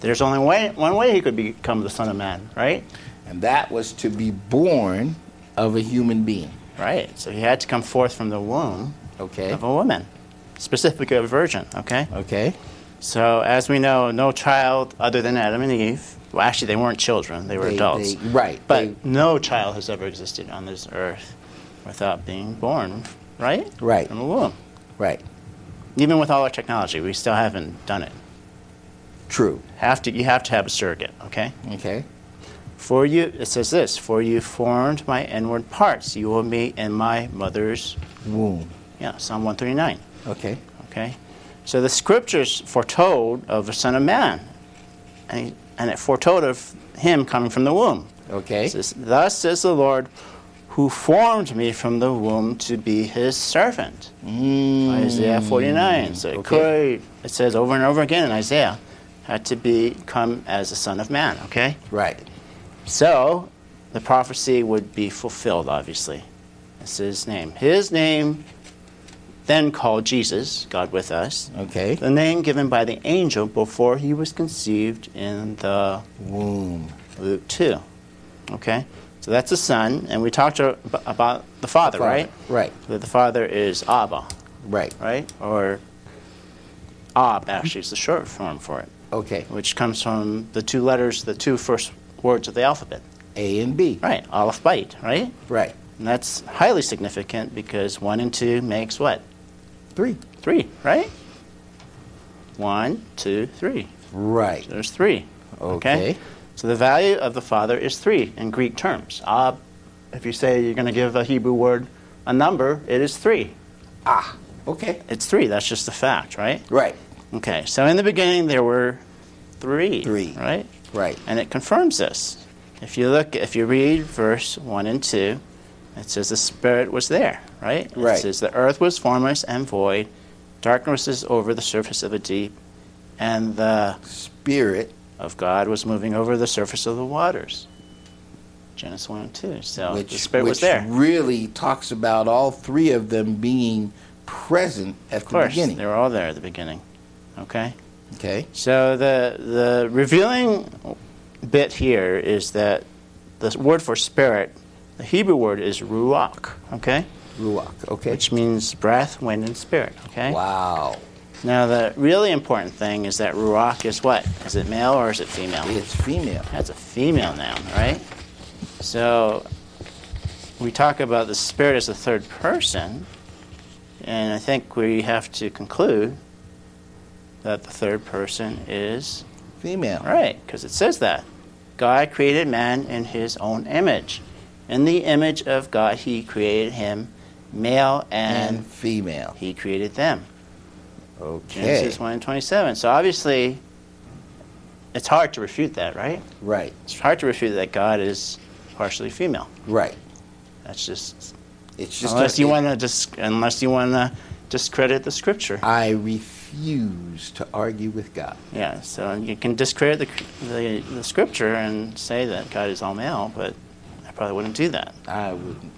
Speaker 2: There's only way, one way he could become the Son of Man, right?
Speaker 1: And that was to be born of a human being.
Speaker 2: Right. So he had to come forth from the womb
Speaker 1: Okay.
Speaker 2: of a woman, specifically a virgin, okay?
Speaker 1: Okay.
Speaker 2: So, as we know, no child other than Adam and Eve, well, actually, they weren't children, they were
Speaker 1: They-
Speaker 2: adults.
Speaker 1: they- right,
Speaker 2: But
Speaker 1: they-
Speaker 2: no child has ever existed on this earth without being born, right?
Speaker 1: Right.
Speaker 2: From a womb.
Speaker 1: Right.
Speaker 2: Even with all our technology, we still haven't done it.
Speaker 1: True.
Speaker 2: Have to, you have to have a surrogate, okay?
Speaker 1: Okay.
Speaker 2: For you, it says this For you formed my inward parts, you were me in my mother's,
Speaker 1: Womb.
Speaker 2: yeah, Psalm 139.
Speaker 1: Okay.
Speaker 2: Okay? So the scriptures foretold of the Son of Man, and, and it foretold of him coming from the womb.
Speaker 1: Okay.
Speaker 2: It says, Thus says the Lord, who formed me from the womb to be his servant.
Speaker 1: Mm.
Speaker 2: Isaiah 49. So it
Speaker 1: Hmm. okay.
Speaker 2: could, it says over and over again in Isaiah, had to become as the Son of Man, okay?
Speaker 1: Right.
Speaker 2: So the prophecy would be fulfilled, obviously. This is his name. His name, then called Jesus, God with us,
Speaker 1: Okay.
Speaker 2: the name given by the angel before he was conceived in the
Speaker 1: Womb.
Speaker 2: Luke 2. Okay? So that's the son, and we talked a- ab- about the father,
Speaker 1: Father,
Speaker 2: right?
Speaker 1: right.
Speaker 2: That the father is Abba,
Speaker 1: Right.
Speaker 2: right? Or ab actually is the short form for it,
Speaker 1: Okay,
Speaker 2: which comes from the two letters, the two first words of the alphabet.
Speaker 1: A and B.
Speaker 2: Right, Aleph Bite, right?
Speaker 1: Right.
Speaker 2: And that's highly significant because one and two makes what?
Speaker 1: Three.
Speaker 2: Three, right? One, two, three.
Speaker 1: Right.
Speaker 2: There's three.
Speaker 1: Okay.
Speaker 2: So the value of the father is three in Greek terms. Ab, if you say you're going to give a Hebrew word a number, it is three.
Speaker 1: Ah. Okay.
Speaker 2: It's three. That's just a fact, right?
Speaker 1: Right.
Speaker 2: Okay. So in the beginning there were three.
Speaker 1: Three.
Speaker 2: Right.
Speaker 1: Right.
Speaker 2: And it confirms this. If you look, if you read verse one and two, it says the Spirit was there, right?
Speaker 1: Right.
Speaker 2: It says the earth was formless and void, darkness is over the surface of the deep, and the
Speaker 1: Spirit.
Speaker 2: of God was moving over the surface of the waters. Genesis 1 and 2. So
Speaker 1: which,
Speaker 2: Oh, the Spirit
Speaker 1: which
Speaker 2: was there. Of
Speaker 1: really talks about all three of them being present at the
Speaker 2: course,
Speaker 1: beginning.
Speaker 2: they were all there at the beginning. Okay?
Speaker 1: Okay.
Speaker 2: So the, the revealing bit here is that the word for spirit, the Hebrew word is ruach, okay?
Speaker 1: Ruach. Okay.
Speaker 2: Which means breath, wind, and spirit, okay?
Speaker 1: wow.
Speaker 2: Now, the really important thing is that ruach is what? Is it male or is it female?
Speaker 1: It's female.
Speaker 2: That's a female noun, right? So we talk about the spirit as a third person, and I think we have to conclude that the third person is
Speaker 1: Female.
Speaker 2: right, because it says that. God created man in his own image. In the image of God, he created him, male and,
Speaker 1: And female.
Speaker 2: he created them.
Speaker 1: Okay.
Speaker 2: Genesis 1 and 27. So obviously, it's hard to refute that, right?
Speaker 1: Right.
Speaker 2: It's hard to refute that God is partially female.
Speaker 1: Right.
Speaker 2: That's just,
Speaker 1: It's just
Speaker 2: unless
Speaker 1: a-
Speaker 2: you want to dis- unless you want to discredit the scripture.
Speaker 1: I refuse to argue with God.
Speaker 2: yeah, so you can discredit the, the the scripture and say that God is all male, but I probably wouldn't do that.
Speaker 1: I wouldn't.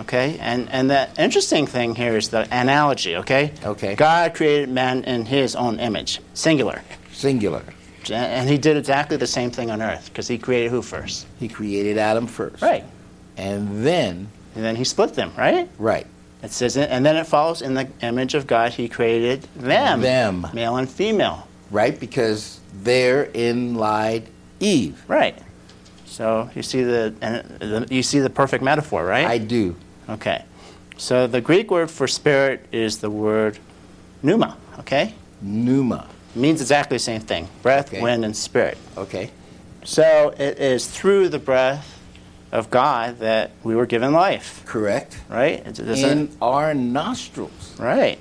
Speaker 2: Okay, and and the interesting thing here is the analogy. Okay.
Speaker 1: Okay.
Speaker 2: God created man in His own image, singular,
Speaker 1: Singular.
Speaker 2: and He did exactly the same thing on Earth because He created who first?
Speaker 1: He created Adam first.
Speaker 2: Right.
Speaker 1: And then,
Speaker 2: And then He split them, right?
Speaker 1: right.
Speaker 2: It says, and then it follows, in the image of God, He created them,
Speaker 1: Them.
Speaker 2: male and female.
Speaker 1: Right? Because therein lied Eve.
Speaker 2: Right. So you see the, and the you see the perfect metaphor,
Speaker 1: I
Speaker 2: right?
Speaker 1: do.
Speaker 2: okay. So the Greek word for spirit is the word pneuma. Okay,
Speaker 1: Numa.
Speaker 2: means exactly the same thing: breath,
Speaker 1: Okay.
Speaker 2: wind, and spirit.
Speaker 1: Okay.
Speaker 2: So it is through the breath of God that we were given life.
Speaker 1: Correct.
Speaker 2: Right. It doesn't-
Speaker 1: in our nostrils.
Speaker 2: Right.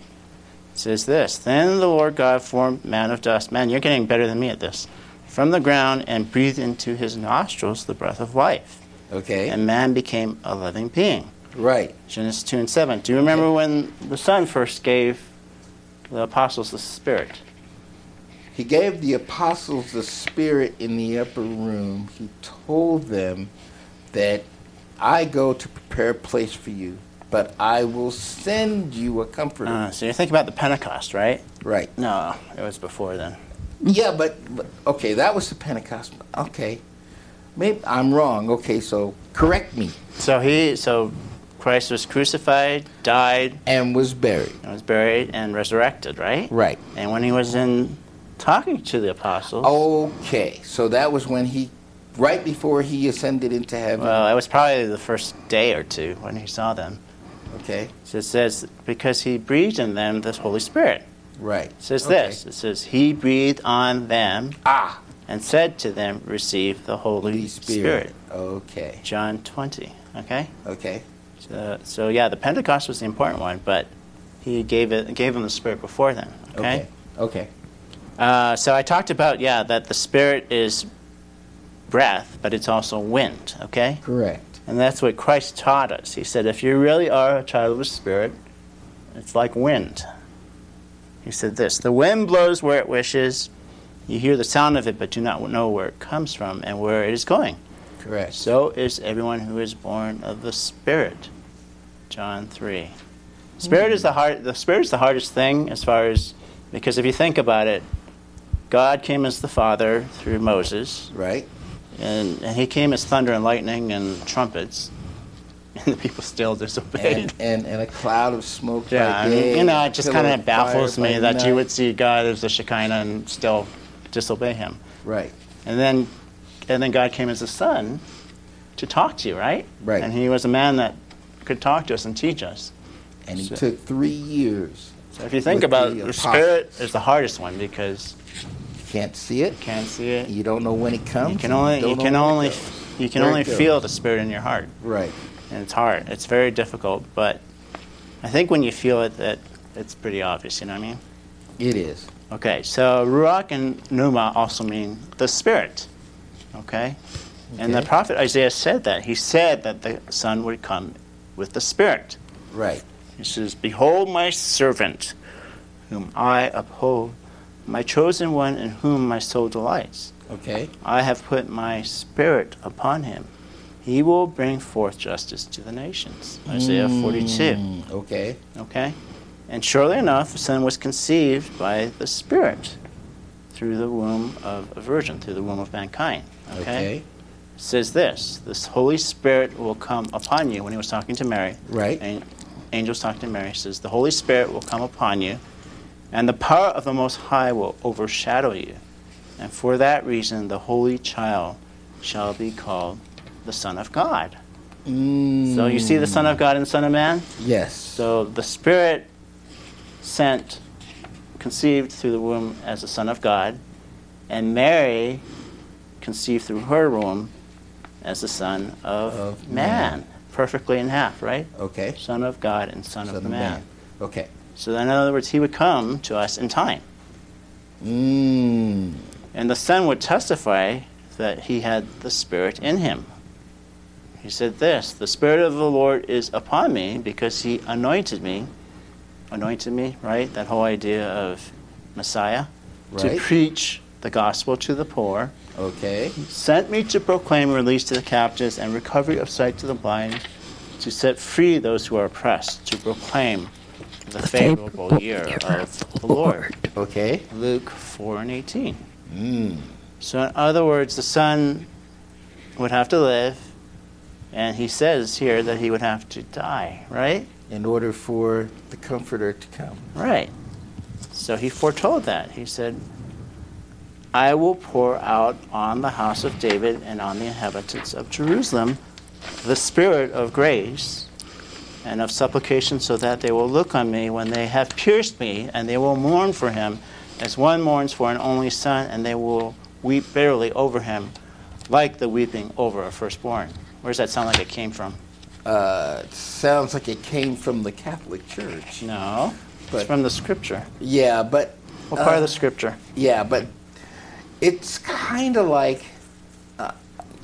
Speaker 2: It says this Then the Lord God formed man of dust. Man, you're getting better than me at this. From the ground and breathed into his nostrils the breath of life.
Speaker 1: Okay.
Speaker 2: And man became a living being.
Speaker 1: right.
Speaker 2: Genesis 2 and 7. Do you remember when the Son first gave the apostles the Spirit?
Speaker 1: He gave the apostles the Spirit in the upper room. He told them that I go to prepare a place for you, but I will send you a comforter.
Speaker 2: Uh, so you're thinking about the Pentecost, right?
Speaker 1: right.
Speaker 2: No, it was before then. Mm-hmm.
Speaker 1: Yeah, but, but okay, that was the Pentecost. Okay. Maybe I'm wrong. Okay, so correct me.
Speaker 2: So he, so Christ was crucified, died,
Speaker 1: And was buried.
Speaker 2: and was buried, and resurrected, right?
Speaker 1: Right.
Speaker 2: And when he was in talking to the apostles,
Speaker 1: Oh, Okay. So that was when he right before he ascended into heaven.
Speaker 2: Well, it was probably the first day or two when he saw them.
Speaker 1: okay.
Speaker 2: So it says, because he breathed in them the Holy Spirit.
Speaker 1: Right.
Speaker 2: It says
Speaker 1: Okay.
Speaker 2: this it says, He breathed on them
Speaker 1: Ah,
Speaker 2: and said to them, Receive the Holy
Speaker 1: the
Speaker 2: Spirit.
Speaker 1: Spirit. Okay.
Speaker 2: John 20. Okay?
Speaker 1: Okay.
Speaker 2: So, so, yeah, the Pentecost was the important one, but he gave, it, gave them the Spirit before then. Okay?
Speaker 1: Okay.
Speaker 2: Uh, so I talked about, yeah, that the Spirit is breath, but it's also wind. Okay?
Speaker 1: Correct.
Speaker 2: And that's what Christ taught us. He said, if you really are a child of the Spirit, it's like wind. He said this The wind blows where it wishes. You hear the sound of it, but do not know where it comes from and where it is going.
Speaker 1: Correct.
Speaker 2: So is everyone who is born of the Spirit. John 3. Spirit is the hard, the spirit is the hardest thing as far as because if you think about it, God came as the Father through Moses, <laughs>
Speaker 1: Right.
Speaker 2: and, and he came as thunder and lightning and trumpets. <laughs> and people still disobeyed.
Speaker 1: and, and, and a cloud of smoke.
Speaker 2: <laughs> yeah,
Speaker 1: by
Speaker 2: I mean,
Speaker 1: day,
Speaker 2: you know, it just
Speaker 1: pillar
Speaker 2: kind of baffles
Speaker 1: fire by
Speaker 2: me that you
Speaker 1: night.
Speaker 2: would see a guy there's a Shekinah and still disobey him.
Speaker 1: Right,
Speaker 2: And then, and then God came as a son to talk to you, right?
Speaker 1: Right.
Speaker 2: And he was a man that could talk to us and teach us.
Speaker 1: and it
Speaker 2: So-
Speaker 1: took three years.
Speaker 2: So if you think
Speaker 1: With
Speaker 2: about
Speaker 1: the
Speaker 2: it, the
Speaker 1: apostles.
Speaker 2: spirit is the hardest one because
Speaker 1: Can't see it.
Speaker 2: you can't see it.
Speaker 1: You don't know when it comes.
Speaker 2: You can
Speaker 1: and
Speaker 2: only
Speaker 1: don't
Speaker 2: you
Speaker 1: know
Speaker 2: can
Speaker 1: when it
Speaker 2: only
Speaker 1: goes.
Speaker 2: you can
Speaker 1: Where it
Speaker 2: only
Speaker 1: goes.
Speaker 2: feel the spirit in your heart,
Speaker 1: Right.
Speaker 2: and it's hard. It's very difficult, but I think when you feel it, that it's pretty obvious. You know what I mean?
Speaker 1: It is.
Speaker 2: Okay, so ruach and pneuma also mean the spirit. Okay? and the
Speaker 1: Okay.
Speaker 2: prophet Isaiah said that. He said that the son would come with the spirit.
Speaker 1: Right.
Speaker 2: He says, "Behold, my servant, whom I uphold, my chosen one, in whom my soul delights."
Speaker 1: Okay.
Speaker 2: I have put my spirit upon him. He will bring forth justice to the nations. Isaiah 42.
Speaker 1: Mm, okay.
Speaker 2: Okay? And surely enough, a son was conceived by the Spirit through the womb of a virgin, through the womb of mankind. Okay?
Speaker 1: Okay.
Speaker 2: It says this this Holy Spirit will come upon you. When he was talking to Mary,
Speaker 1: Right.
Speaker 2: an- angels talking to Mary, says, The Holy Spirit will come upon you, and the power of the Most High will overshadow you. And for that reason, the Holy Child shall be called the Son of God.
Speaker 1: Mm,
Speaker 2: So you see the Son of God and Son of Man?
Speaker 1: Yes.
Speaker 2: So the Spirit sent, conceived through the womb as the Son of God, and Mary conceived through her womb as the Son of,
Speaker 1: Of
Speaker 2: man.
Speaker 1: man.
Speaker 2: Perfectly in half, right?
Speaker 1: okay.
Speaker 2: Son of God and Son,
Speaker 1: Son
Speaker 2: of
Speaker 1: of
Speaker 2: man.
Speaker 1: Okay.
Speaker 2: So then, in other words, he would come to us in time.
Speaker 1: Mm,
Speaker 2: And the Son would testify that he had the Spirit in him. He said this The Spirit of the Lord is upon me because he anointed me. Anointed me, right? That whole idea of Messiah. To
Speaker 1: Right.
Speaker 2: preach the gospel to the poor.
Speaker 1: okay.
Speaker 2: Sent me to proclaim release to the captives and recovery of sight to the blind. To set free those who are oppressed. To proclaim the favorable year of the Lord.
Speaker 1: Okay. mm.
Speaker 2: Luke 4 and 18. So, in other words, the son would have to live, and he says here that he would have to die, right?
Speaker 1: In order for the Comforter to come.
Speaker 2: Right. So he foretold that. He said, I will pour out on the house of David and on the inhabitants of Jerusalem the spirit of grace and of supplication, so that they will look on me when they have pierced me, and they will mourn for him as one mourns for an only son, and they will weep bitterly over him like the weeping over a firstborn. Where does that sound like it came from?
Speaker 1: Uh, it sounds like it came from the Catholic Church.
Speaker 2: No. It's
Speaker 1: But-
Speaker 2: from the scripture.
Speaker 1: Yeah, but
Speaker 2: What part of
Speaker 1: Uh,
Speaker 2: the scripture?
Speaker 1: Yeah, but it's kind of like, uh,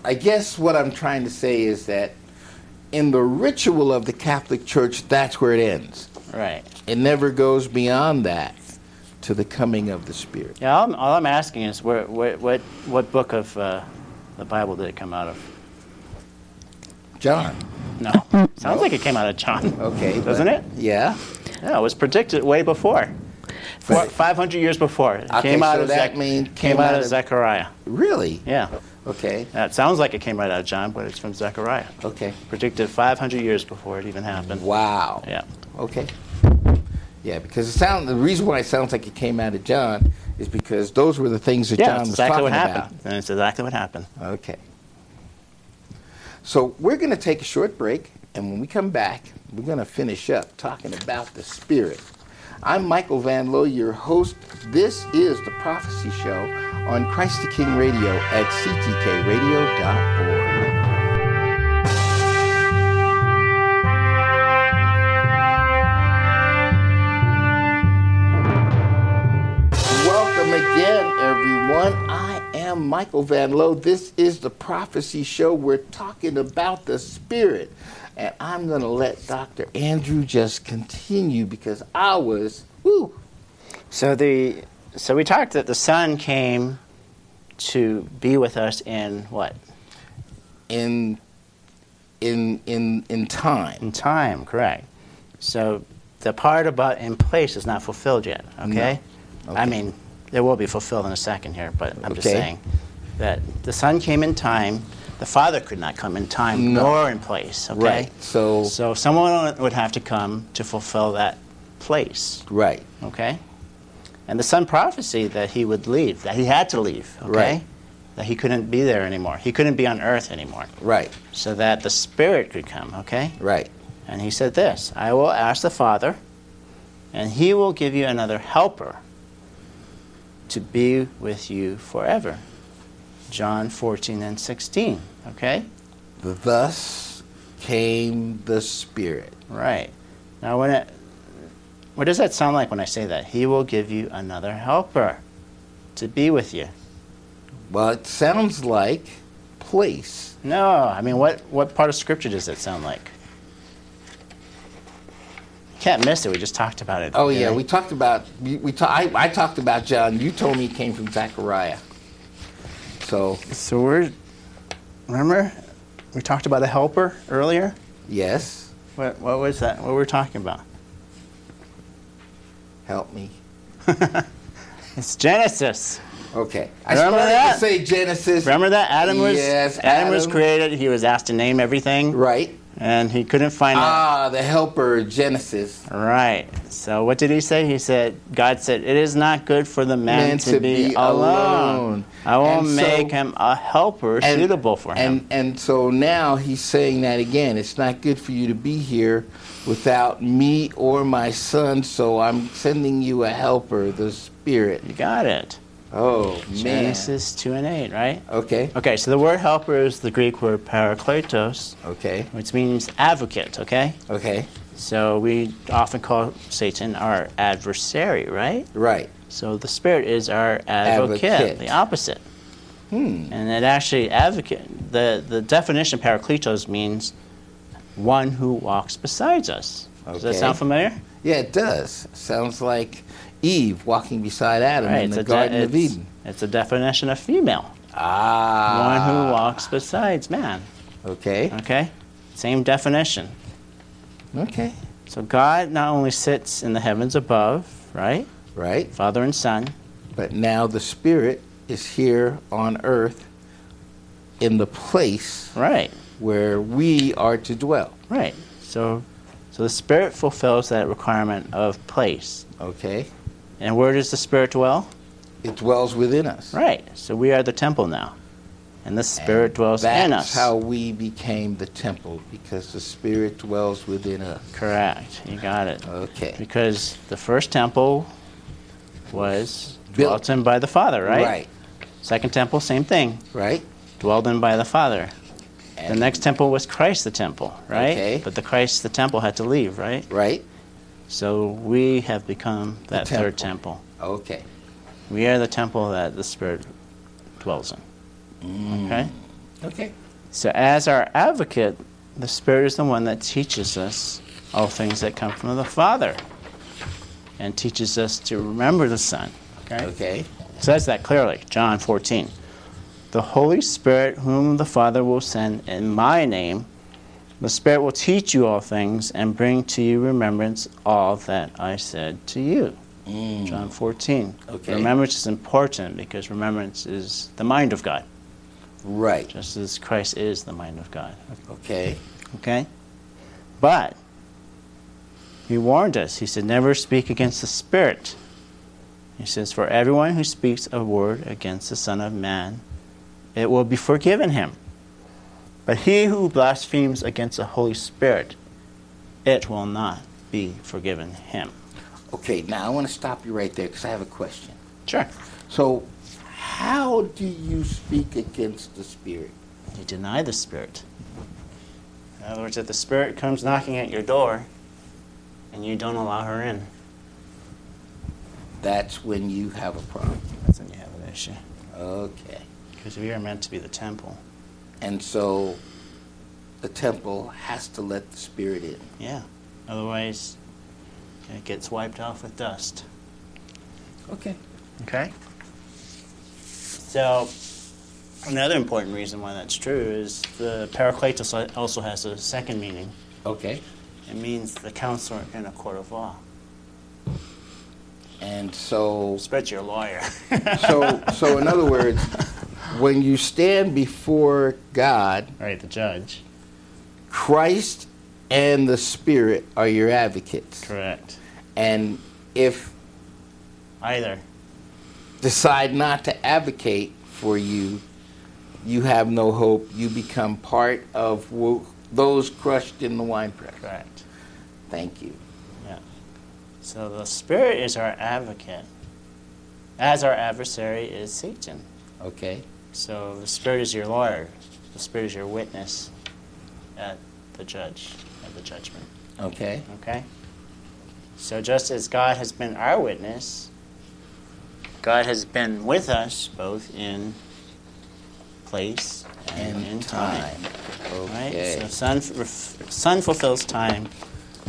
Speaker 1: I guess what I'm trying to say is that in the ritual of the Catholic Church, that's where it ends.
Speaker 2: Right.
Speaker 1: It never goes beyond that to the coming of the Spirit.
Speaker 2: Yeah, all I'm, all I'm asking is where, where, what, what book of uh, the Bible did it come out of?
Speaker 1: John.
Speaker 2: No. Sounds like it came out of <laughs> John.
Speaker 1: Okay. but-
Speaker 2: Doesn't it?
Speaker 1: Yeah.
Speaker 2: Yeah, it was predicted way before. Four,
Speaker 1: But-
Speaker 2: 500 years before. It
Speaker 1: Okay,
Speaker 2: came out
Speaker 1: so
Speaker 2: of
Speaker 1: that
Speaker 2: Zech-
Speaker 1: mean-
Speaker 2: came out of Zechariah.
Speaker 1: Really?
Speaker 2: Yeah.
Speaker 1: Okay.
Speaker 2: Yeah, it sounds like it came right out of John, but it's from Zechariah.
Speaker 1: Okay.
Speaker 2: Predicted 500 years before it even happened.
Speaker 1: Wow.
Speaker 2: Yeah.
Speaker 1: Okay. Yeah, because it sound the reason why it sounds like it came out of John is because those were the things that
Speaker 2: Yeah,
Speaker 1: John
Speaker 2: it's
Speaker 1: was
Speaker 2: exactly
Speaker 1: talking
Speaker 2: what
Speaker 1: about.
Speaker 2: happened. And it's exactly what happened.
Speaker 1: Okay. So we're going to take a short break, and when we come back, we're going to finish up talking about the Spirit. I'm Michael Van Loo, your host. This is the Prophecy Show on Christ the King Radio at ctkradio.org. Welcome again, everyone. I am Michael Van Lowe. This is the Prophecy Show. We're talking about the Spirit. And I'm going to let Dr. Andrew just continue because I was, woo,
Speaker 2: So the so we talked that the Son came to be with us in what?
Speaker 1: in, in, in, in time.
Speaker 2: In time, correct. So the part about in place is not fulfilled yet, okay? I
Speaker 1: Okay.
Speaker 2: mean, it will be fulfilled in a second here, but I'm just
Speaker 1: Okay.
Speaker 2: saying that the Son came in time the father could not come in time
Speaker 1: No.
Speaker 2: nor in place. Okay?
Speaker 1: Right. So-
Speaker 2: so someone would have to come to fulfill that place.
Speaker 1: Right.
Speaker 2: Okay? And the son prophesied that he would leave, that he had to leave. Okay?
Speaker 1: Right.
Speaker 2: That he couldn't be there anymore. He couldn't be on earth anymore.
Speaker 1: Right.
Speaker 2: So that the Spirit could come. Okay?
Speaker 1: Right.
Speaker 2: And he said this I will ask the Father, and he will give you another helper to be with you forever. John 14 and 16. Okay?
Speaker 1: Thus came the Spirit.
Speaker 2: Right. Now, when it, what does that sound like when I say that? He will give you another helper to be with you.
Speaker 1: Well, it sounds like place.
Speaker 2: No, I mean, what, what part of Scripture does that sound like? Can't miss it. We just talked about it.
Speaker 1: Oh yeah,
Speaker 2: Okay?
Speaker 1: we talked about we, we ta- I, I talked about John. You told me it came from Zechariah. So
Speaker 2: So we're remember we talked about a helper earlier.
Speaker 1: yes,
Speaker 2: What what was that? What were we talking about?
Speaker 1: help me.
Speaker 2: It's Genesis.
Speaker 1: Okay, I
Speaker 2: Remember
Speaker 1: started to
Speaker 2: that?
Speaker 1: say Genesis.
Speaker 2: Remember that Adam was
Speaker 1: Yes,
Speaker 2: Adam, was
Speaker 1: Adam.
Speaker 2: created. He was asked to name everything,
Speaker 1: Right.
Speaker 2: and he couldn't find
Speaker 1: Ah, the helper Genesis.
Speaker 2: it. Right. So what did he say? He said God said it is not good for the man,
Speaker 1: Man to be alone."
Speaker 2: I will
Speaker 1: And so-
Speaker 2: make him a helper suitable for him.
Speaker 1: And and so now he's saying that again. It's not good for you to be here without me or my son. So I'm sending you a helper, the Spirit.
Speaker 2: you got it.
Speaker 1: Oh man.
Speaker 2: Genesis two and eight, right?
Speaker 1: Okay.
Speaker 2: Okay, so the word helper is the Greek word parakletos,
Speaker 1: Okay.
Speaker 2: which means advocate, okay?
Speaker 1: Okay.
Speaker 2: So we often call Satan our adversary, right?
Speaker 1: Right.
Speaker 2: So the spirit is our advocate,
Speaker 1: Advocate.
Speaker 2: the opposite. Hmm. And it actually advocate the, the definition of parakletos means one who walks besides us. Does that
Speaker 1: Okay.
Speaker 2: sound familiar?
Speaker 1: Yeah, it does. Sounds like Eve walking beside Adam
Speaker 2: Right.
Speaker 1: in the
Speaker 2: de-
Speaker 1: Garden of
Speaker 2: it's-
Speaker 1: Eden.
Speaker 2: It's a definition of female.
Speaker 1: Ah.
Speaker 2: one who walks besides man.
Speaker 1: Okay.
Speaker 2: Okay? Same definition.
Speaker 1: Okay.
Speaker 2: So God not only sits in the heavens above, right?
Speaker 1: Right.
Speaker 2: Father and Son,
Speaker 1: But now the Spirit is here on earth in the place
Speaker 2: right?
Speaker 1: where we are to dwell.
Speaker 2: Right. So, so the Spirit fulfills that requirement of place.
Speaker 1: Okay?
Speaker 2: And where does the Spirit dwell?
Speaker 1: It dwells within us.
Speaker 2: Right. So we are the temple now, and the Spirit
Speaker 1: And
Speaker 2: dwells
Speaker 1: That's
Speaker 2: in us.
Speaker 1: how we became the temple, because the Spirit dwells within us.
Speaker 2: Correct. You got it.
Speaker 1: Okay.
Speaker 2: Because the first temple was
Speaker 1: Built.
Speaker 2: dwelt in by the Father, right?
Speaker 1: Right.
Speaker 2: Second temple, same thing,
Speaker 1: Right?
Speaker 2: dwelled in by the Father. The
Speaker 1: And-
Speaker 2: next temple was Christ the temple, right?
Speaker 1: Okay.
Speaker 2: But the Christ the temple had to leave, right?
Speaker 1: Right?
Speaker 2: So we have become that third temple.
Speaker 1: Okay.
Speaker 2: We are the temple that the Spirit dwells in. Okay?
Speaker 1: Okay.
Speaker 2: So, as our advocate, the Spirit is the one that teaches us all things that come from the Father and teaches us to remember the Son. Okay?
Speaker 1: Okay.
Speaker 2: It says that clearly, John 14. The Holy Spirit, whom the Father will send in my name, the Spirit will teach you all things and bring to you remembrance all that I said to you. John 14.
Speaker 1: Okay.
Speaker 2: Remembrance is important because remembrance is the mind of God,
Speaker 1: Right.
Speaker 2: just as Christ is the mind of God.
Speaker 1: Okay.
Speaker 2: Okay? But he warned us. He said, Never speak against the Spirit. He says, For everyone who speaks a word against the Son of Man, it will be forgiven him. But he who blasphemes against the Holy Spirit, it will not be forgiven him.
Speaker 1: Okay, now I want to stop you right there because I have a question.
Speaker 2: Sure.
Speaker 1: So, how do you speak against the spirit?
Speaker 2: You deny the Spirit. In other words, if the Spirit comes knocking at your door and you don't allow her in,
Speaker 1: That's when you have a problem.
Speaker 2: that's when you have an issue.
Speaker 1: Okay.
Speaker 2: Because we are meant to be the temple.
Speaker 1: And so, the temple has to let the spirit in.
Speaker 2: Yeah. Otherwise, it gets wiped off with dust.
Speaker 1: Okay.
Speaker 2: Okay. So, another important reason why that's true is the parakletos al- also has a second meaning.
Speaker 1: Okay.
Speaker 2: It means the counselor in a court of law.
Speaker 1: And so,
Speaker 2: Spread your lawyer. <laughs>
Speaker 1: so, so in other words, when you stand before God,
Speaker 2: right? The judge.
Speaker 1: Christ and the Spirit are your advocates.
Speaker 2: Correct.
Speaker 1: And if
Speaker 2: Either.
Speaker 1: decide not to advocate for you, you have no hope. You become part of wo- those crushed in the wine press.
Speaker 2: Correct.
Speaker 1: Thank you.
Speaker 2: Yeah. So the Spirit is our advocate, as our adversary is Satan.
Speaker 1: Okay.
Speaker 2: So the Spirit is your lawyer. The Spirit is your witness at the judge, at the judgment.
Speaker 1: Okay.
Speaker 2: Okay? So just as God has been our witness, God has been with us both in place and,
Speaker 1: And
Speaker 2: in time.
Speaker 1: time.
Speaker 2: Right?
Speaker 1: Okay.
Speaker 2: So sun, ref, sun fulfills time,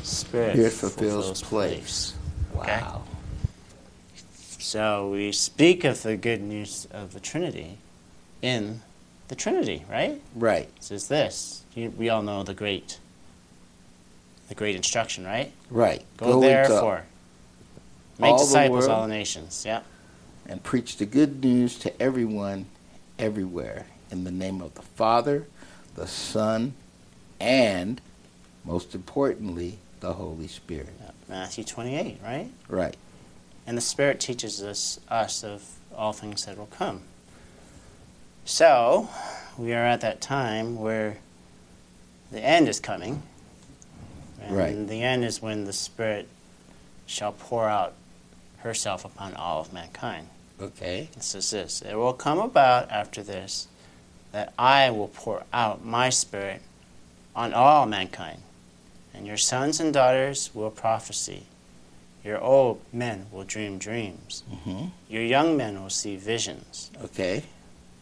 Speaker 2: spirit
Speaker 1: Spirit fulfills place.
Speaker 2: okay.
Speaker 1: Wow.
Speaker 2: So we speak of the good news of the Trinity in the Trinity, right?
Speaker 1: Right.
Speaker 2: So it's this. You, we all know the great, the great instruction, right?
Speaker 1: Right.
Speaker 2: Go,
Speaker 1: into
Speaker 2: therefore, make
Speaker 1: all the
Speaker 2: disciples
Speaker 1: world.
Speaker 2: all nations. Yep.
Speaker 1: and preach the good news to everyone, everywhere, in the name of the Father, the Son, and most importantly, the Holy Spirit.
Speaker 2: yep. Matthew 28, right?
Speaker 1: Right.
Speaker 2: And the Spirit teaches us us of all things that will come. So we are at that time where the end is coming. And
Speaker 1: Right.
Speaker 2: the end is when the Spirit shall pour out herself upon all of mankind.
Speaker 1: Okay.
Speaker 2: It says this It will come about after this that I will pour out my spirit on all mankind, and your sons and daughters will prophesy. Your old men will dream dreams.
Speaker 1: Mm-hmm.
Speaker 2: Your young men will see visions.
Speaker 1: Okay.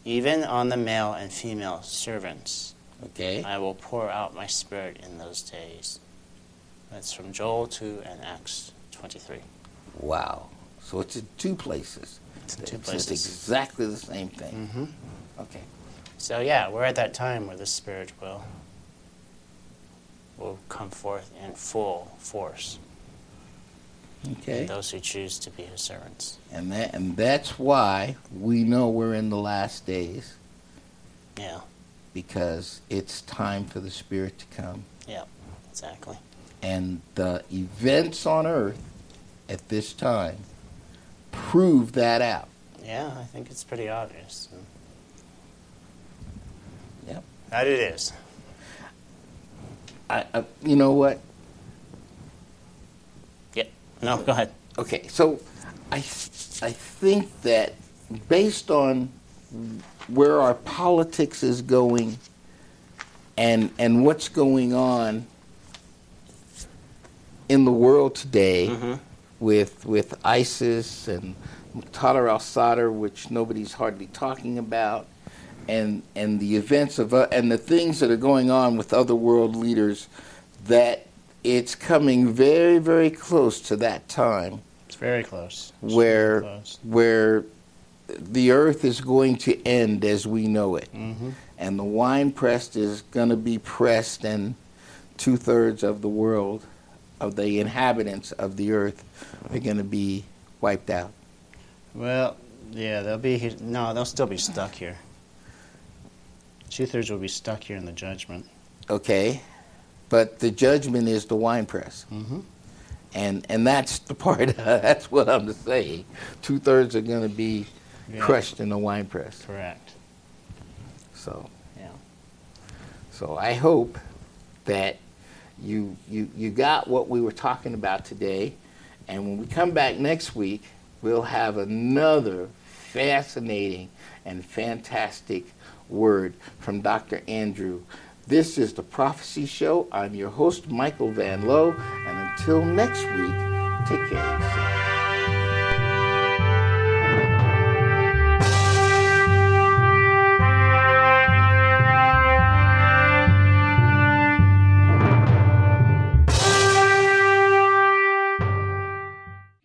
Speaker 2: Even on the male and female servants,
Speaker 1: Okay.
Speaker 2: I will pour out my spirit in those days. That's from Joel 2 and Acts 23.
Speaker 1: Wow. So it's in two places.
Speaker 2: It's in two
Speaker 1: It's
Speaker 2: places.
Speaker 1: exactly the same thing.
Speaker 2: Mm-hmm.
Speaker 1: Okay.
Speaker 2: So yeah, we're at that time where the spirit will will come forth in full force. in
Speaker 1: Okay.
Speaker 2: Those who choose to be his servants.
Speaker 1: And that and that's why we know we're in the last days
Speaker 2: Yeah,
Speaker 1: because it's time for the Spirit to come.
Speaker 2: exactly.
Speaker 1: and the events on earth at this time prove that out.
Speaker 2: Yeah, I think it's pretty obvious.
Speaker 1: Yep.
Speaker 2: That it is.
Speaker 1: I, I, you know what?
Speaker 2: No, go ahead.
Speaker 1: Okay, so I, I think that based on where our politics is going and, and what's going on in the world today
Speaker 2: Mm-hmm.
Speaker 1: with, with ISIS and Muqtada al Sadr, which nobody's hardly talking about, and, and the events of, uh, and the things that are going on with other world leaders, that it's coming very, very close to that time
Speaker 2: It's very close. It's
Speaker 1: where
Speaker 2: very close.
Speaker 1: where the earth is going to end as we know it,
Speaker 2: Mhm.
Speaker 1: and the wine press is going to be pressed, and two thirds of the world, of the inhabitants of the earth, are going to be wiped out.
Speaker 2: Well, yeah, they'll be here. No, they'll still be stuck here. Two thirds will be stuck here in the judgment.
Speaker 1: Okay, but the judgment is the wine press.
Speaker 2: Mm-hmm.
Speaker 1: And, and that's the part, <laughs> that's what I'm saying. Two thirds are going to be
Speaker 2: Yeah.
Speaker 1: crushed in the wine press.
Speaker 2: Correct.
Speaker 1: So.
Speaker 2: Yeah.
Speaker 1: So I hope that you, you, you got what we were talking about today. And when we come back next week, we'll have another fascinating and fantastic word from Dr. Andrew. This is the Prophecy Show. I'm your host, Michael Van Lowe. And until next week, take care of yourself.